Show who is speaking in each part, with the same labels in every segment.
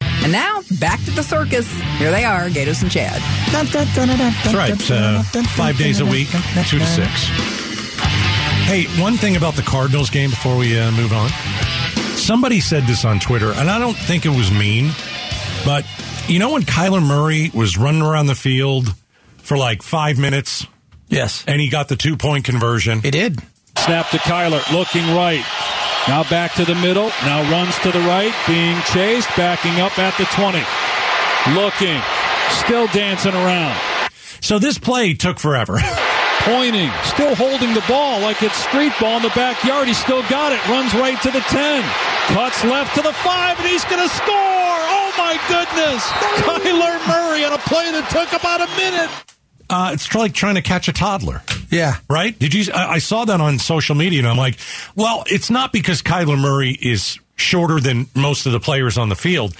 Speaker 1: And now, back to the circus. Here they are, Gatos and Chad.
Speaker 2: That's
Speaker 3: That's right. Uh, five days a week, two to six. Hey, one thing about the Cardinals game before we uh, move on. Somebody said this on Twitter, and I don't think it was mean, but you know when Kyler Murray was running around the field for like five minutes
Speaker 2: Yes.
Speaker 3: and he got the two point conversion?
Speaker 2: It did.
Speaker 4: Snap to Kyler, looking right. Now back to the middle. Now runs to the right, being chased, backing up at the 20. Looking, still dancing around,
Speaker 3: So this play took forever.
Speaker 4: pointing, still holding the ball like it's street ball in the backyard. He's still got it. Runs right to the 10. Cuts left to the 5, and he's going to score. Oh my goodness. Kyler Murray on a play that took about a minute.
Speaker 3: Uh, it's like trying to catch a toddler.
Speaker 2: Yeah.
Speaker 3: right? Did you? I I saw that on social media, and I'm like, well, it's not because Kyler Murray is shorter than most of the players on the field,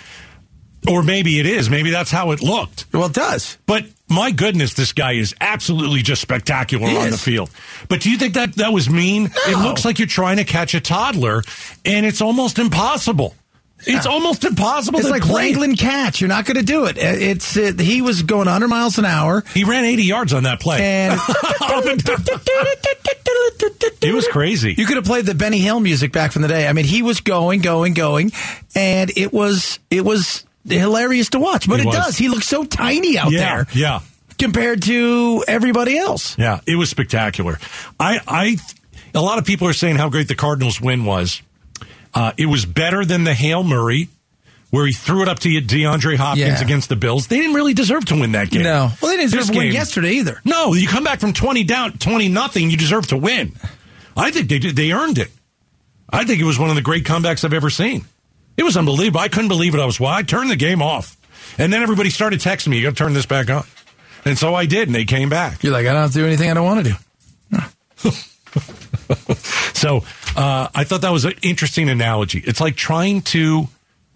Speaker 3: or maybe it is. Maybe that's how it looked.
Speaker 2: Well, it does.
Speaker 3: But my goodness, this guy is absolutely just spectacular
Speaker 2: He
Speaker 3: on
Speaker 2: is.
Speaker 3: the field. But do you think that that was mean? It looks like you're trying to catch a toddler, and it's almost impossible. It's almost impossible.
Speaker 2: It's
Speaker 3: to
Speaker 2: like
Speaker 3: play.
Speaker 2: wrangling cats. You're not going to do it. Uh, It's uh, he was going 100 miles an hour,
Speaker 3: He ran 80 yards on that play.
Speaker 2: and
Speaker 3: Up and down. it was crazy.
Speaker 2: you could have played the Benny Hill music back from the day. I mean, he was going, going, going, and it was it was hilarious to watch. But
Speaker 3: He
Speaker 2: it
Speaker 3: was.
Speaker 2: does. He looks so tiny out
Speaker 3: yeah,
Speaker 2: there
Speaker 3: yeah.
Speaker 2: compared to everybody else.
Speaker 3: Yeah, it was spectacular. I, I, a lot of people are saying how great the Cardinals' win was. Uh, it was better than the Hail Murray, where he threw it up to DeAndre Hopkins
Speaker 2: Yeah.
Speaker 3: against the Bills. They didn't really deserve to win that game.
Speaker 2: No, well, they
Speaker 3: This
Speaker 2: didn't deserve to win
Speaker 3: game-
Speaker 2: yesterday either.
Speaker 3: No, you come back from twenty down, twenty nothing. You deserve to win. I think they did. They earned it. I think it was one of the great comebacks I've ever seen. It was unbelievable. I couldn't believe it. I was why I turned the game off, and then everybody started texting me, "You got to turn this back on," and so I did, and they came back.
Speaker 2: You're like, I don't have to do anything I don't want to do.
Speaker 3: So uh, I thought that was an interesting analogy. It's like trying to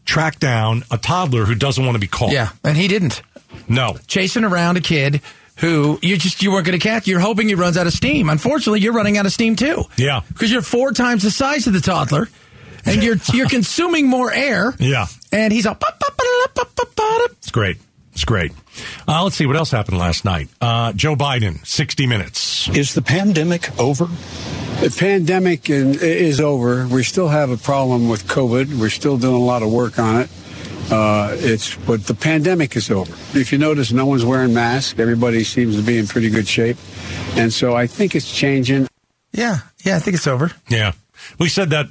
Speaker 3: track down a toddler who doesn't want to be caught.
Speaker 2: Yeah, and he didn't.
Speaker 3: No.
Speaker 2: chasing around a kid who you just you weren't going to catch. You're hoping he runs out of steam. Unfortunately, you're running out of steam too.
Speaker 3: Yeah.
Speaker 2: because you're four times the size of the toddler, and you're you're consuming more air.
Speaker 3: Yeah.
Speaker 2: and he's all. "Pop, pop, ba-da-da, pop, pop, ba-da."
Speaker 3: It's great. It's great. Uh, let's see what else happened last night. Uh, Joe Biden, 60 Minutes.
Speaker 5: Is the pandemic over?
Speaker 6: The pandemic in, is over. We still have a problem with COVID. We're still doing a lot of work on it. Uh, it's but the pandemic is over. If you notice, no one's wearing masks. Everybody seems to be in pretty good shape, and so I think it's changing.
Speaker 2: Yeah, yeah, I think it's over.
Speaker 3: Yeah. We said that.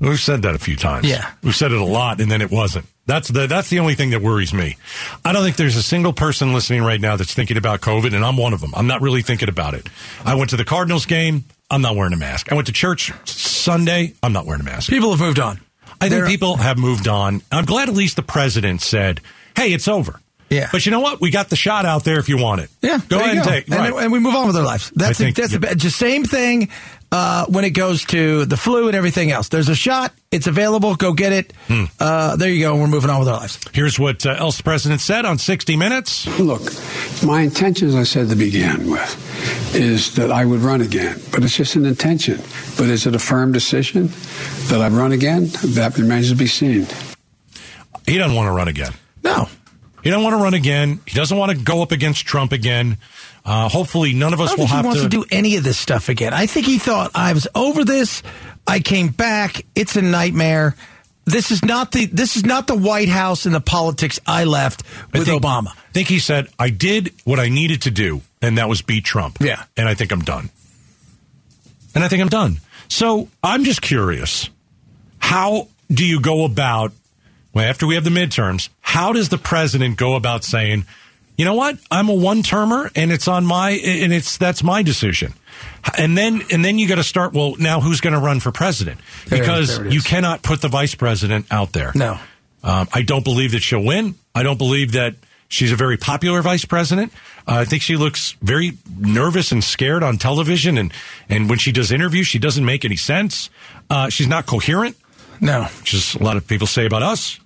Speaker 3: We've said that a few times.
Speaker 2: Yeah.
Speaker 3: We've said it a lot, and then it wasn't. That's the that's the only thing that worries me. I don't think there's a single person listening right now that's thinking about COVID, and I'm one of them. I'm not really thinking about it. I went to the Cardinals game. I'm not wearing a mask. I went to church Sunday. I'm not wearing a mask.
Speaker 2: People have moved on.
Speaker 3: I think
Speaker 2: They're-
Speaker 3: people have moved on. I'm glad at least the president said, "Hey, it's over."
Speaker 2: Yeah.
Speaker 3: But you know what? We got the shot out there if you want it.
Speaker 2: Yeah,
Speaker 3: Go
Speaker 2: there you
Speaker 3: ahead and take.
Speaker 2: and,
Speaker 3: right.
Speaker 2: and we move on with our lives. That's
Speaker 3: I think-
Speaker 2: the, that's the, the same thing uh, when it goes to the flu and everything else. There's a shot. It's available. Go get it. Uh, there you go. And we're moving on with our lives.
Speaker 3: Here's what uh, else the president said on 60 Minutes.
Speaker 6: Look, my intention, as I said to begin with, is that I would run again. But it's just an intention. But is it a firm decision that I run again? That remains to be seen.
Speaker 3: He doesn't want to run again.
Speaker 2: No,
Speaker 3: He doesn't want to run again. He doesn't want to go up against Trump again. Uh, hopefully, none of
Speaker 2: I
Speaker 3: us
Speaker 2: don't
Speaker 3: will
Speaker 2: think he
Speaker 3: have
Speaker 2: wants to, do any of this stuff again. I think he thought I was over this. I came back. It's a nightmare. This is not the this is not the White House and the politics I left
Speaker 3: I
Speaker 2: with
Speaker 3: think-
Speaker 2: Obama.
Speaker 3: I think he said, "I did what I needed to do, and that was beat Trump."
Speaker 2: Yeah.
Speaker 3: and I think I'm done. And I think I'm done. So I'm just curious: how do you go about? Well, after we have the midterms, how does the president go about saying, "You know what? I'm a one-termer, and it's on my and it's that's my decision." And then and then you got to start. Well, now who's going to run for president?
Speaker 2: There it is,
Speaker 3: Because
Speaker 2: there it
Speaker 3: you
Speaker 2: is.
Speaker 3: cannot put the vice president out there.
Speaker 2: No.
Speaker 3: Um, I don't believe that she'll win. I don't believe that she's a very popular vice president. Uh, I think she looks very nervous and scared on television, and and when she does interviews, she doesn't make any sense. Uh, she's not coherent,
Speaker 2: No,
Speaker 3: which is a lot of people say about us.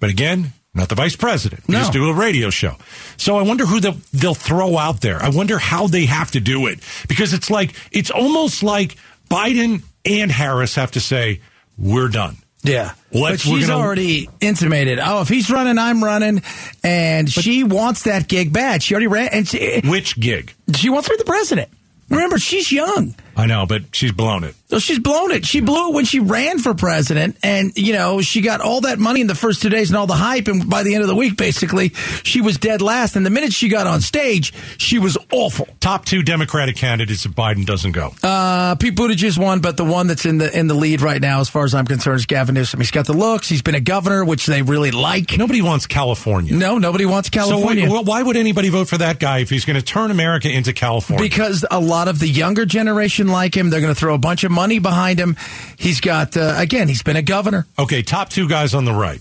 Speaker 3: But again, not the vice president. We
Speaker 2: No.
Speaker 3: just do a radio show. So I wonder who they'll, they'll throw out there. I wonder how they have to do it because it's like it's almost like Biden and Harris have to say we're done.
Speaker 2: Yeah.
Speaker 3: Let's-
Speaker 2: but she's
Speaker 3: we're gonna-
Speaker 2: already intimated. Oh, if he's running, I'm running. And she wants that gig bad. She already ran. And she,
Speaker 3: Which gig?
Speaker 2: she wants to be the president. Remember, she's young.
Speaker 3: I know, but she's blown it.
Speaker 2: So she's blown it. She blew it when she ran for president. And, you know, she got all that money in the first two days and all the hype. And by the end of the week, basically, she was dead last. And the minute she got on stage, she was awful.
Speaker 3: Top two Democratic candidates if Biden doesn't go.
Speaker 2: Uh, Pete Buttigieg won, but the one that's in the in the lead right now, as far as I'm concerned, is Gavin Newsom. He's got the looks. He's been a governor, which they really like.
Speaker 3: Nobody wants California.
Speaker 2: No, nobody wants California.
Speaker 3: So why, why would anybody vote for that guy if he's going to turn America into California?
Speaker 2: because a lot of the younger generation like him, they're going to throw a bunch of money behind him. He's got uh, again, he's been a governor,
Speaker 3: okay, top two guys on the right.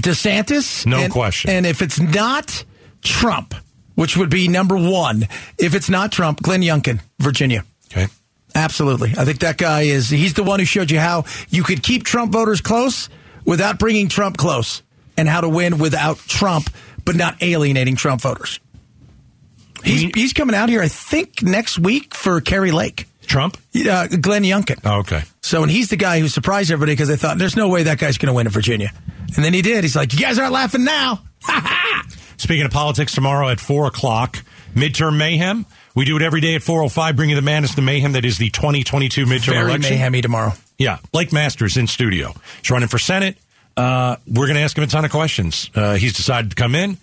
Speaker 2: DeSantis,
Speaker 3: No
Speaker 2: and-
Speaker 3: question.
Speaker 2: And if it's not Trump, which would be number one, if it's not Trump, Glenn Youngkin, Virginia.
Speaker 3: Okay.
Speaker 2: Absolutely. I think that guy is, he's the one who showed you how you could keep Trump voters close without bringing Trump close and how to win without Trump, but not alienating Trump voters. He's,
Speaker 3: You-
Speaker 2: he's coming out here, I think, next week for Kerry Lake,
Speaker 3: Trump?
Speaker 2: uh, Glenn Youngkin.
Speaker 3: Oh, okay.
Speaker 2: So, and he's the guy who surprised everybody because they thought, there's no way that guy's going to win in Virginia. And then he did. He's like, you guys aren't laughing now.
Speaker 3: Speaking of politics, tomorrow at 4 o'clock, midterm mayhem. We do it every day at 4.05, bringing the madness, the mayhem that is the 2022 midterm
Speaker 2: Very
Speaker 3: election.
Speaker 2: mayhemy tomorrow.
Speaker 3: Yeah, Blake Masters in studio. He's running for Senate. Uh, we're going to ask him a ton of questions. Uh, he's decided to come in.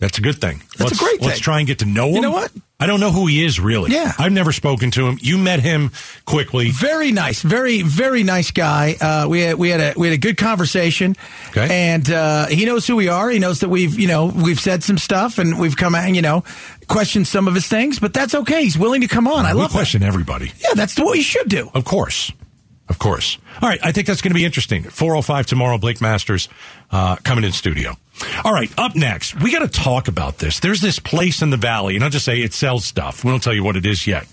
Speaker 3: That's a good thing.
Speaker 2: That's a
Speaker 3: let's,
Speaker 2: great
Speaker 3: Let's
Speaker 2: thing.
Speaker 3: try and get to know him.
Speaker 2: know what?
Speaker 3: I don't know who he is really.
Speaker 2: Yeah.
Speaker 3: I've never spoken to him. You met him quickly.
Speaker 2: Very nice, very very nice guy. Uh, we had, we had a we had a good conversation,
Speaker 3: Okay.
Speaker 2: and uh, he knows who we are. He knows that we've you know we've said some stuff and we've come out you know questioned some of his things, but that's okay. He's willing to come on. I
Speaker 3: we
Speaker 2: love that.
Speaker 3: question everybody.
Speaker 2: Yeah, that's what you should do.
Speaker 3: Of course. Of course. All right. I think that's going to be interesting. 405 tomorrow, Blake Masters uh, coming in studio. All right. Up next, we got to talk about this. There's this place in the valley, and I'll just say it sells stuff. We don't tell you what it is yet.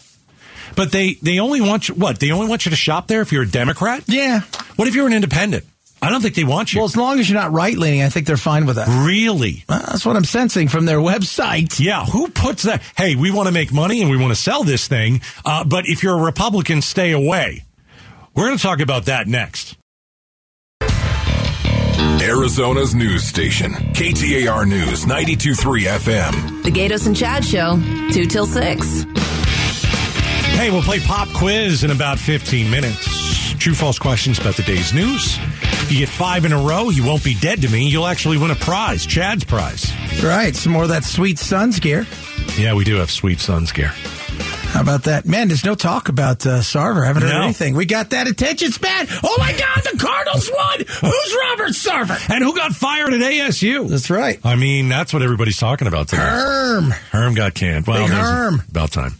Speaker 3: But they, they only want you, what? They only want you to shop there if you're a Democrat?
Speaker 2: Yeah.
Speaker 3: What if you're an independent? I don't think they want you.
Speaker 2: Well, as long as you're not right leaning, I think they're fine with that.
Speaker 3: really?
Speaker 2: Uh, That's what I'm sensing from their website.
Speaker 3: Yeah, who puts that? Hey, we want to make money and we want to sell this thing, uh, but if you're a Republican, stay away. We're going to talk about that next.
Speaker 5: Arizona's news station, KTAR News 923 FM.
Speaker 7: The Gatos and Chad Show, 2 till 6.
Speaker 3: Hey, we'll play pop quiz in about 15 minutes. True false questions about the day's news. If you get five in a row, you won't be dead to me. You'll actually win a prize, Chad's prize.
Speaker 2: Right. Some more of that sweet Suns gear.
Speaker 3: Yeah, we do have sweet sons gear.
Speaker 2: How about that? Man, there's no talk about uh, Sarver. I haven't heard
Speaker 3: No.
Speaker 2: anything. We got that attention span. Oh my God, the Cardinals won. Who's Robert Sarver?
Speaker 3: And who got fired at ASU?
Speaker 2: That's right.
Speaker 3: I mean, that's what everybody's talking about today.
Speaker 2: Herm.
Speaker 3: Herm got canned. Well,
Speaker 2: Big
Speaker 3: there's
Speaker 2: Herm.
Speaker 3: about time.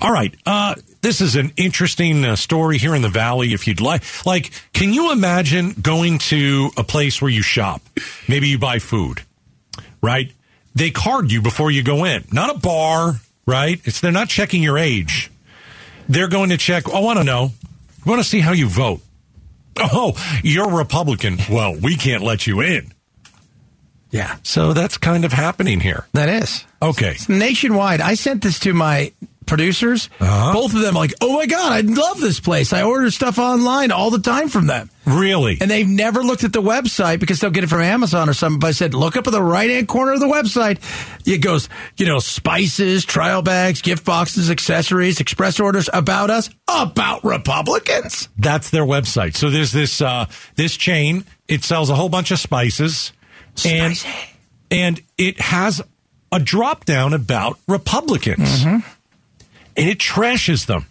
Speaker 3: All right. Uh, this is an interesting uh, story here in the valley. If you'd like, like, can you imagine going to a place where you shop? Maybe you buy food, right? They card you before you go in. Not a bar, right? It's they're not checking your age. They're going to check. oh, I want to know. We want to see how you vote. Oh, you're Republican. Well, we can't let you in.
Speaker 2: Yeah,
Speaker 3: So that's kind of happening here.
Speaker 2: that is
Speaker 3: Okay.
Speaker 2: nationwide. I sent this to my producers.
Speaker 3: Uh-huh.
Speaker 2: Both of them like, oh my God, I love this place. I order stuff online all the time from them.
Speaker 3: Really?
Speaker 2: And they've never looked at the website because they'll get it from Amazon or something. But I said, look up at the right hand corner of the website. It goes, you know, spices, trial bags, gift boxes, accessories, express orders, about us, about Republicans.
Speaker 3: That's their website. So there's this uh, this chain. It sells a whole bunch of spices, and
Speaker 2: Spicy.
Speaker 3: and it has a drop down about Republicans,
Speaker 2: Mm-hmm.
Speaker 3: and it trashes them.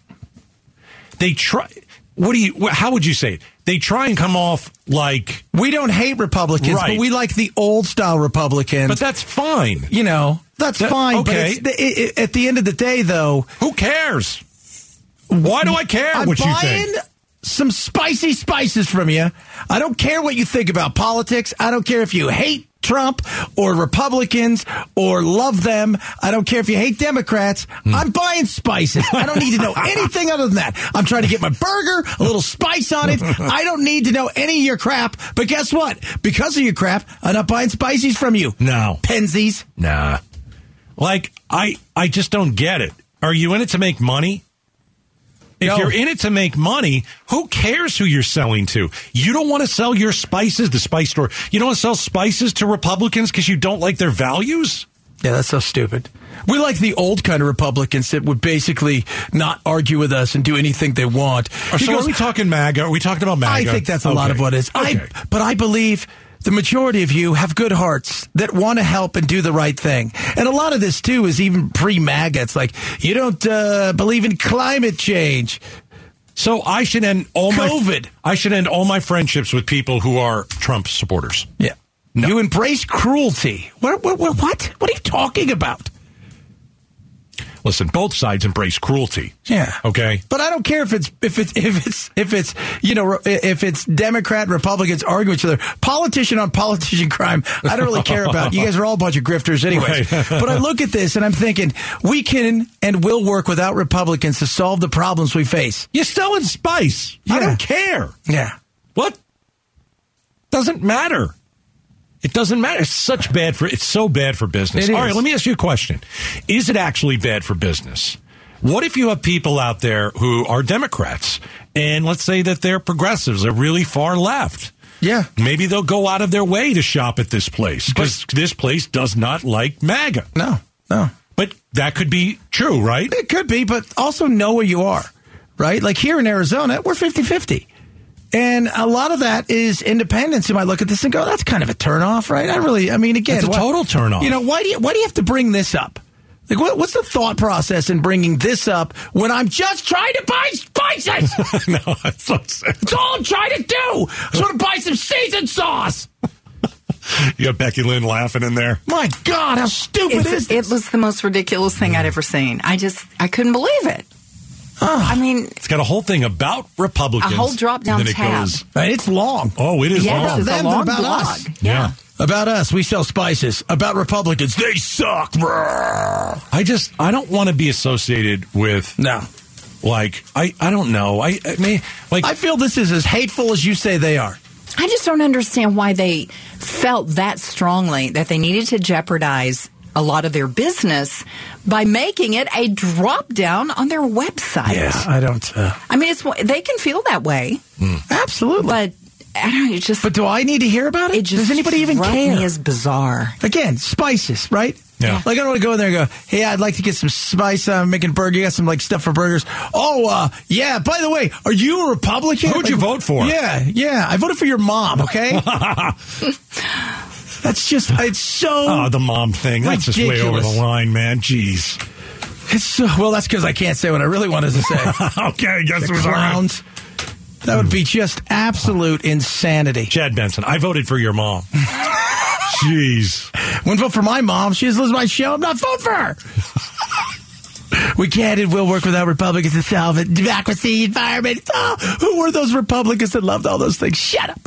Speaker 3: They try. What do you? wh- How would you say it? They try and come off like,
Speaker 2: We don't hate Republicans,
Speaker 3: Right.
Speaker 2: but we like the old style Republicans.
Speaker 3: but that's fine.
Speaker 2: you know, that's
Speaker 3: That-
Speaker 2: fine. But
Speaker 3: okay.
Speaker 2: it's, the- i- i- at the end of the day, though,
Speaker 3: Who cares? Why do I care
Speaker 2: I'm
Speaker 3: what you
Speaker 2: buying
Speaker 3: think?
Speaker 2: some spicy spices from you. I don't care what you think about politics. I don't care if you hate Trump or Republicans or love them. I don't care if you hate Democrats.
Speaker 3: Hmm.
Speaker 2: I'm buying spices. I don't need to know anything other than that. I'm trying to get my burger, a little spice on it. I don't need to know any of your crap. But guess what? Because of your crap, I'm not buying spices from you.
Speaker 3: No.
Speaker 2: Pensies.
Speaker 3: Nah. Like I I just don't get it. Are you in it to make money? If
Speaker 2: No.
Speaker 3: you're in it to make money, who cares who you're selling to? You don't want to sell your spices to spice store. You don't want to sell spices to Republicans because you don't like their values.
Speaker 2: Yeah, that's so stupid. We like the old kind of Republicans that would basically not argue with us and do anything they want.
Speaker 3: Or
Speaker 2: He
Speaker 3: Oh, so
Speaker 2: goes,
Speaker 3: are we talking MAGA? Are we talking about
Speaker 2: I
Speaker 3: MAGA?
Speaker 2: think that's a lot
Speaker 3: Okay.
Speaker 2: of what it is.
Speaker 3: Okay.
Speaker 2: I, but I believe the majority of you have good hearts that want to help and do the right thing. And a lot of this too is even pre-MAGA. It's like you don't uh, believe in climate change.
Speaker 3: so I should end all
Speaker 2: COVID.
Speaker 3: my I should end all my friendships with people who are Trump supporters.
Speaker 2: Yeah, you embrace cruelty. What, what? What? What? What are you talking about?
Speaker 3: Listen, both sides embrace cruelty.
Speaker 2: Yeah.
Speaker 3: Okay.
Speaker 2: But I don't care if it's if it's if it's if it's you know if it's Democrat Republicans arguing with each other, politician on politician crime. I don't really care about. You guys are all a bunch of grifters, anyways.
Speaker 3: Right.
Speaker 2: but I look at this and I'm thinking we can and will work without Republicans to solve the problems we face.
Speaker 3: You're selling spice. I
Speaker 2: Yeah.
Speaker 3: don't care.
Speaker 2: Yeah.
Speaker 3: What? Doesn't matter. It doesn't matter. It's such bad for it's so bad for business.
Speaker 2: It
Speaker 3: All
Speaker 2: is.
Speaker 3: right, let me ask you a question. Is it actually bad for business? What if you have people out there who are Democrats and let's say that they're progressives, they're really far left.
Speaker 2: Yeah.
Speaker 3: Maybe they'll go out of their way to shop at this place because this place does not like MAGA.
Speaker 2: No. No.
Speaker 3: But that could be true, right?
Speaker 2: It could be, but also know where you are, right? Like here in Arizona, we're 50 50. And a lot of that is independence. You might look at this and go, that's kind of a turnoff, right? I really, I mean, again,
Speaker 3: It's a
Speaker 2: why-
Speaker 3: total turnoff.
Speaker 2: You know, why do you, why do you have to bring this up? Like, what, what's the thought process in bringing this up when I'm just trying to buy spices?
Speaker 3: no, that's so sad.
Speaker 2: That's all I'm trying to do. I just want to buy some seasoned sauce.
Speaker 3: You got Becky Lynn laughing in there.
Speaker 2: My God, how stupid
Speaker 7: It's-
Speaker 2: is this?
Speaker 7: it was the most ridiculous thing I'd ever seen. I just, I couldn't believe it. I mean,
Speaker 3: It's got a whole thing about Republicans.
Speaker 7: A whole drop-down
Speaker 3: and then it
Speaker 7: tab.
Speaker 3: goes-
Speaker 2: Man, it's long.
Speaker 3: oh, it is
Speaker 7: yeah,
Speaker 3: long.
Speaker 7: this is
Speaker 2: Them
Speaker 7: a
Speaker 2: than
Speaker 7: long
Speaker 2: about
Speaker 7: blog.
Speaker 2: us.
Speaker 3: Yeah.
Speaker 2: About us, we sell spices. About Republicans, they suck. Brrr.
Speaker 3: I just I don't want to be associated with
Speaker 2: No.
Speaker 3: like I I don't know. I, I mean like
Speaker 2: I feel this is as hateful as you say they are.
Speaker 7: I just don't understand why they felt that strongly that they needed to jeopardize a lot of their business by making it a drop down on their website.
Speaker 2: I don't. Uh,
Speaker 7: I mean, it's they can feel that way,
Speaker 2: absolutely. But,
Speaker 7: but I don't know, it just
Speaker 2: do I need to hear about it?
Speaker 7: it just
Speaker 2: Does anybody even
Speaker 7: struck
Speaker 2: care?
Speaker 7: Me as bizarre.
Speaker 2: Again, spices, right?
Speaker 3: Yeah.
Speaker 2: Like I don't want to go in there and go, hey, I'd like to get some spice. I'm making burger. You got some like stuff for burgers. Oh, uh, yeah. By the way, are you a Republican?
Speaker 3: Who'd you
Speaker 2: Like,
Speaker 3: vote for?
Speaker 2: Yeah, yeah. I voted for your mom. Okay. That's just. It's so.
Speaker 3: oh, the mom thing. That's just way over
Speaker 2: Ridiculous.
Speaker 3: the line, man. Jeez.
Speaker 2: it's so. Well, that's because I can't say what I really wanted to say.
Speaker 3: okay, guess
Speaker 2: the
Speaker 3: it was all right.
Speaker 2: clowns. That would be just absolute insanity.
Speaker 3: Chad Benson, I voted for your mom. Jeez.
Speaker 2: Wouldn't vote for my mom. She just listens to my show. I'm not voting for her. we can't and will work without Republicans to solve it. Democracy, environment. Oh, who were those Republicans that loved all those things? Shut up.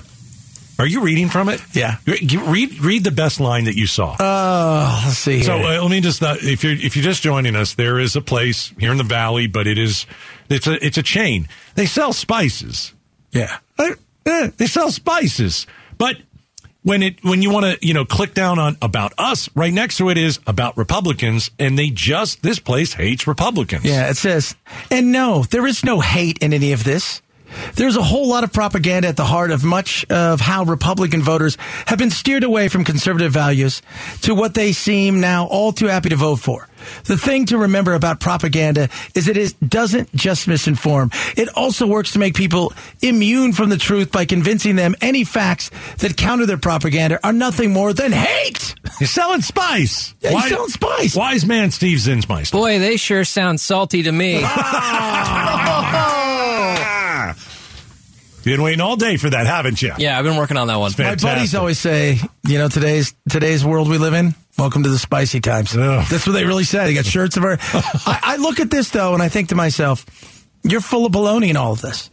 Speaker 3: Are you reading from it?
Speaker 2: Yeah.
Speaker 3: Re- Read read the best line that you saw.
Speaker 2: Oh, let's see. Here.
Speaker 3: So uh, let me just uh, if you're if you're just joining us, there is a place here in the valley, but it is it's a it's a chain. They sell spices.
Speaker 2: yeah.
Speaker 3: Uh, uh, They sell spices, but when it when you want to you know click down on about us, right next to it is about Republicans, and they just this place hates Republicans.
Speaker 2: Yeah, it says, and no, there is no hate in any of this. There's a whole lot of propaganda at the heart of much of how Republican voters have been steered away from conservative values to what they seem now all too happy to vote for. The thing to remember about propaganda is it is, doesn't just misinform. It also works to make people immune from the truth by convincing them any facts that counter their propaganda are nothing more than hate.
Speaker 3: You're selling spice.
Speaker 2: Yeah, you're selling spice.
Speaker 3: Wise man Steve Zinsmeister.
Speaker 8: Boy, they sure sound salty to me.
Speaker 3: You've been waiting all day for that, haven't you?
Speaker 8: yeah, I've been working on that one.
Speaker 3: Fantastic.
Speaker 2: My buddies always say, you know, today's today's world we live in. Welcome to the spicy times.
Speaker 3: Ugh.
Speaker 2: That's what they really said. They got shirts of our. I, I look at this though, and I think to myself, you're full of baloney in all of this.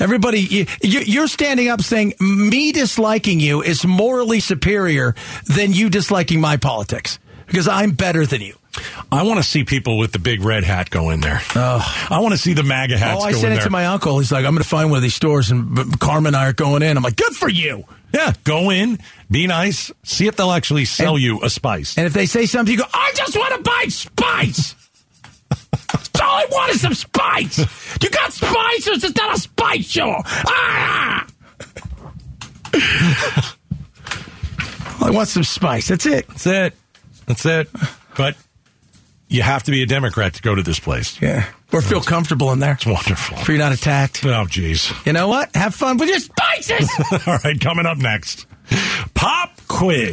Speaker 2: Everybody, you, you- you're standing up saying me disliking you is morally superior than you disliking my politics because I'm better than you.
Speaker 3: I want to see people with the big red hat go in there. Oh. I want to see the MAGA hats
Speaker 2: oh, I
Speaker 3: go
Speaker 2: sent
Speaker 3: in
Speaker 2: it
Speaker 3: there.
Speaker 2: to my uncle. He's like, I'm going to find one of these stores, and B- Carmen and I are going in. I'm like, good for you.
Speaker 3: yeah, go in, be nice, see if they'll actually sell
Speaker 2: And-
Speaker 3: you a spice.
Speaker 2: And if they say something, you go, I just want to buy spice. so
Speaker 9: all I want is some spice. you got spice, or it's just not a spice show. Ah!
Speaker 2: I want some spice. That's it.
Speaker 3: That's it. That's it. But you have to be a Democrat to go to this place.
Speaker 2: Yeah. Or feel comfortable in there.
Speaker 3: It's wonderful.
Speaker 2: If you're not attacked.
Speaker 3: Oh, jeez.
Speaker 2: You know what? Have fun with your
Speaker 9: Spices!
Speaker 3: All right, coming up next, pop quiz.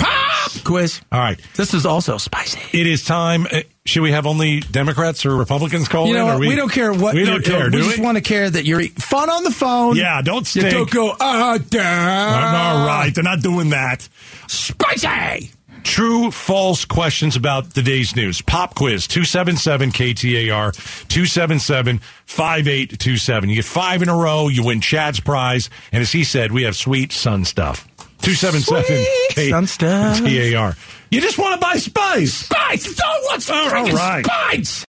Speaker 2: quiz.
Speaker 3: All right,
Speaker 2: This is also spicy.
Speaker 3: it is time. uh, should we have only Democrats or Republicans call
Speaker 2: You know,
Speaker 3: in?
Speaker 2: what?
Speaker 3: or
Speaker 2: we, don't care what
Speaker 3: we
Speaker 2: you-
Speaker 3: don't care.
Speaker 2: We
Speaker 3: do
Speaker 2: just
Speaker 3: we?
Speaker 2: want to care that you're fun on the phone.
Speaker 3: Yeah, don't
Speaker 2: You Ah!
Speaker 3: stink.
Speaker 2: don't go ah down.
Speaker 3: All right, they're not doing that.
Speaker 9: Spicy!
Speaker 3: True, false questions about today's news. Pop quiz 277 KTAR 277 5827. You get five in a row, you win Chad's prize. And as he said, we have sweet sun stuff. 277
Speaker 2: Sweet sun stuff.
Speaker 3: KTAR. You just want to buy spice.
Speaker 9: Spice! It's all what's
Speaker 3: All
Speaker 9: freaking
Speaker 3: right.
Speaker 9: spice!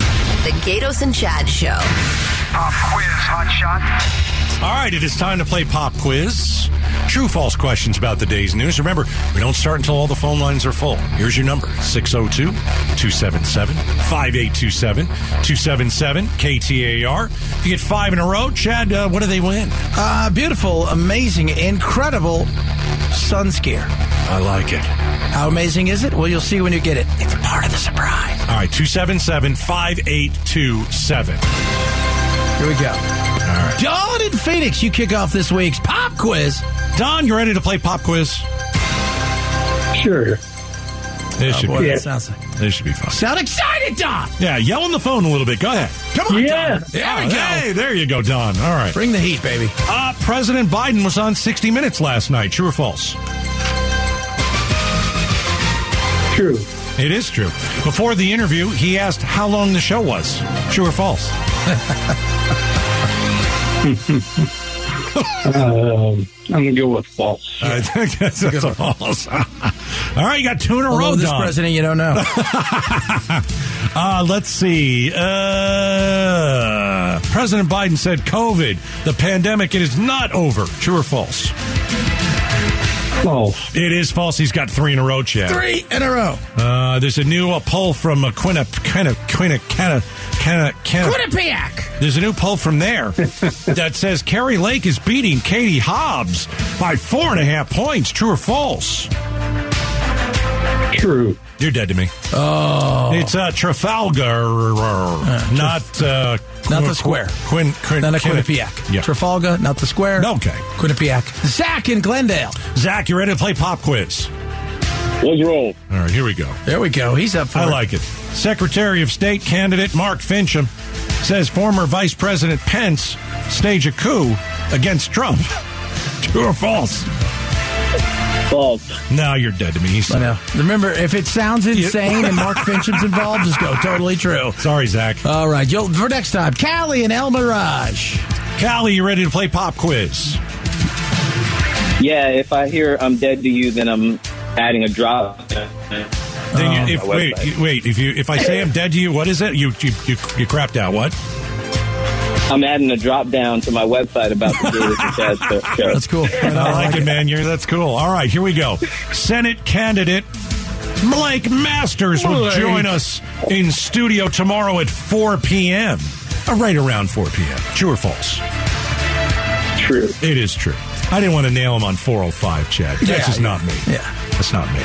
Speaker 10: The Gatos and Chad Show.
Speaker 11: Pop quiz, hot shot.
Speaker 3: All right, it is time to play pop quiz. True, false questions about the day's news. Remember, we don't start until all the phone lines are full. Here's your number 602 277 5827 277 KTAR. If you get five in a row, Chad, uh, what do they win?
Speaker 2: Uh, beautiful, amazing, incredible sun scare.
Speaker 3: I like it.
Speaker 2: How amazing is it? Well, you'll see when you get it. It's part of the surprise.
Speaker 3: All right, 277 5827.
Speaker 2: Here we go. Dawn and Phoenix, you kick off this week's pop quiz.
Speaker 3: Don, you ready to play pop quiz?
Speaker 6: Sure.
Speaker 3: This should,
Speaker 2: Boy,
Speaker 3: be,
Speaker 2: that sounds like.
Speaker 3: this should be fun.
Speaker 2: Sound excited, Don!
Speaker 3: Yeah, yell on the phone a little bit. Go ahead.
Speaker 2: Come on,
Speaker 6: Yeah.
Speaker 2: Don.
Speaker 3: There we go. Hey, there you go, Don. All right.
Speaker 2: Bring the heat, baby.
Speaker 3: Uh, President Biden was on 60 Minutes last night. True or false?
Speaker 6: True.
Speaker 3: It is true. Before the interview, he asked how long the show was. True or false?
Speaker 6: I'm going to go with false.
Speaker 3: I think that's, that's a false. All right, you got two in a
Speaker 2: Although
Speaker 3: row,
Speaker 2: this
Speaker 3: Don.
Speaker 2: president, you don't know.
Speaker 3: Uh, let's see. Uh, President Biden said COVID, the pandemic, it is not over. True or false?
Speaker 6: False.
Speaker 3: It is false. He's got three in a row, Chad.
Speaker 2: Three in a row.
Speaker 3: Uh, there's a new uh, poll from uh, Quinna, Quinna, Quinna, Quinna, Quinna, Quinna,
Speaker 9: Quinnipiac!
Speaker 3: There's a new poll from there that says Carrie Lake is beating Katie Hobbs by four and a half points. True or false?
Speaker 6: True.
Speaker 3: You're dead to me. Oh, it's uh, Trafalgar, uh, not uh,
Speaker 2: Not the square.
Speaker 3: Quin, Quin,
Speaker 2: Not a
Speaker 3: Quin-
Speaker 2: Quinnipiac.
Speaker 3: Yeah.
Speaker 2: Trafalgar, not the square.
Speaker 3: Okay.
Speaker 2: Quinnipiac. Zach in Glendale.
Speaker 3: Zach, you ready to play pop quiz?
Speaker 6: Let's roll.
Speaker 3: All right, here we go.
Speaker 2: There we go. He's up for
Speaker 3: I
Speaker 2: it.
Speaker 3: like it. Secretary of State candidate Mark Fincham says former Vice President Pence staged a coup against Trump. True or false?
Speaker 6: False.
Speaker 3: No, you're dead to me. He's
Speaker 2: I know. Remember, if it sounds insane and Mark Fincham's involved, just go totally true.
Speaker 3: Sorry, Zach.
Speaker 2: All right, you'll for next time. Callie and El Mirage.
Speaker 3: Callie, you ready to play pop quiz?
Speaker 11: Yeah, if I hear I'm dead to you, then I'm adding a drop.
Speaker 3: Then you, if,
Speaker 11: my
Speaker 3: wait,
Speaker 11: website.
Speaker 3: you- wait. If you if I say I'm dead to you, what is it? You you you, you crapped out. What?
Speaker 11: I'm adding a drop down to my website about the Gatos and Chad show.
Speaker 2: That's cool.
Speaker 3: I like it, man. You're that's cool. All right, here we go. Senate candidate Blake Masters will
Speaker 2: Blake.
Speaker 3: join us in studio tomorrow at 4 p.m. Uh, Right around 4 p.m. True or false?
Speaker 11: True.
Speaker 3: It is true. I didn't want to nail him on 405, Chad. That's
Speaker 2: Yeah,
Speaker 3: just
Speaker 2: yeah.
Speaker 3: not me.
Speaker 2: Yeah.
Speaker 3: That's not me.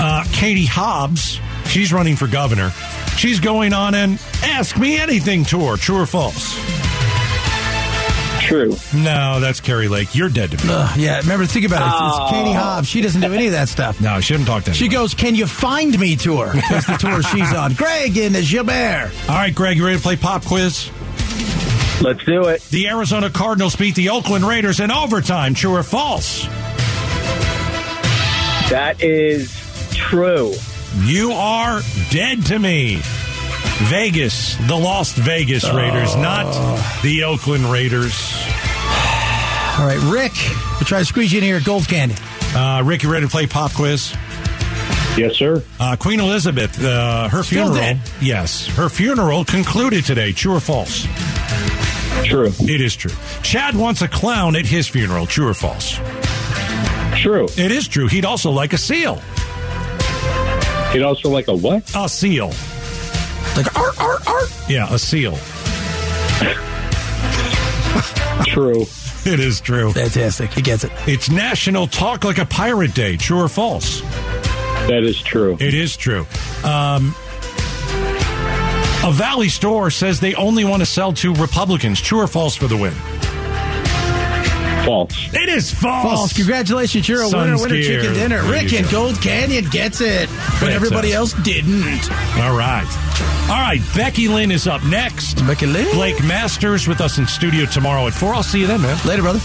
Speaker 3: Uh, Katie Hobbs, she's running for governor. She's going on an Ask Me Anything tour. True or false?
Speaker 11: True.
Speaker 3: No, that's Carrie Lake. You're dead to me.
Speaker 2: Ugh, yeah, remember, think about it. It's,
Speaker 3: Oh.
Speaker 2: it's Katie Hobbs. She doesn't do any of that stuff.
Speaker 3: No, she didn't talk to
Speaker 2: She
Speaker 3: anyone.
Speaker 2: goes, Can you find me tour? That's the tour she's on. Greg in the Gilbert.
Speaker 3: All right, Greg, you ready to play pop quiz?
Speaker 11: Let's do it.
Speaker 3: The Arizona Cardinals beat the Oakland Raiders in overtime. True or false?
Speaker 11: That is true.
Speaker 3: You are dead to me. Vegas, the Las Vegas Raiders, not the Oakland Raiders.
Speaker 2: All right, Rick. We'll try to squeeze you in here. Gold candy.
Speaker 3: Uh, Rick, you ready to play pop quiz?
Speaker 6: Yes, sir.
Speaker 3: Uh, Queen Elizabeth, uh, her
Speaker 2: Still
Speaker 3: funeral.
Speaker 2: dead.
Speaker 3: Yes, her funeral concluded today. True or false?
Speaker 6: True.
Speaker 3: It is true. Chad wants a clown at his funeral. True or false?
Speaker 6: True.
Speaker 3: It is true. He'd also like a seal.
Speaker 6: It also like a what?
Speaker 3: A seal.
Speaker 2: Like, art, art, art.
Speaker 3: Yeah, a seal.
Speaker 11: True.
Speaker 3: It is true.
Speaker 2: Fantastic. He gets it.
Speaker 3: It's National Talk Like a Pirate Day. True or false?
Speaker 11: That is true.
Speaker 3: It is true. Um, a Valley store says they only want to sell to Republicans. True or false for the win?
Speaker 11: False.
Speaker 3: It is false.
Speaker 2: False. Congratulations. You're a winner.
Speaker 3: Sun's
Speaker 2: Winner
Speaker 3: gear.
Speaker 2: chicken dinner.
Speaker 3: There
Speaker 2: Rick
Speaker 3: you
Speaker 2: in
Speaker 3: go. uh,
Speaker 2: Gold Canyon gets it, but
Speaker 3: Fantastic.
Speaker 2: everybody else didn't.
Speaker 3: All right. All right. Becky Lynn is up next.
Speaker 2: Becky Lynn.
Speaker 3: Blake Masters with us in studio tomorrow at 4. I'll see you then, man.
Speaker 2: Later, brother.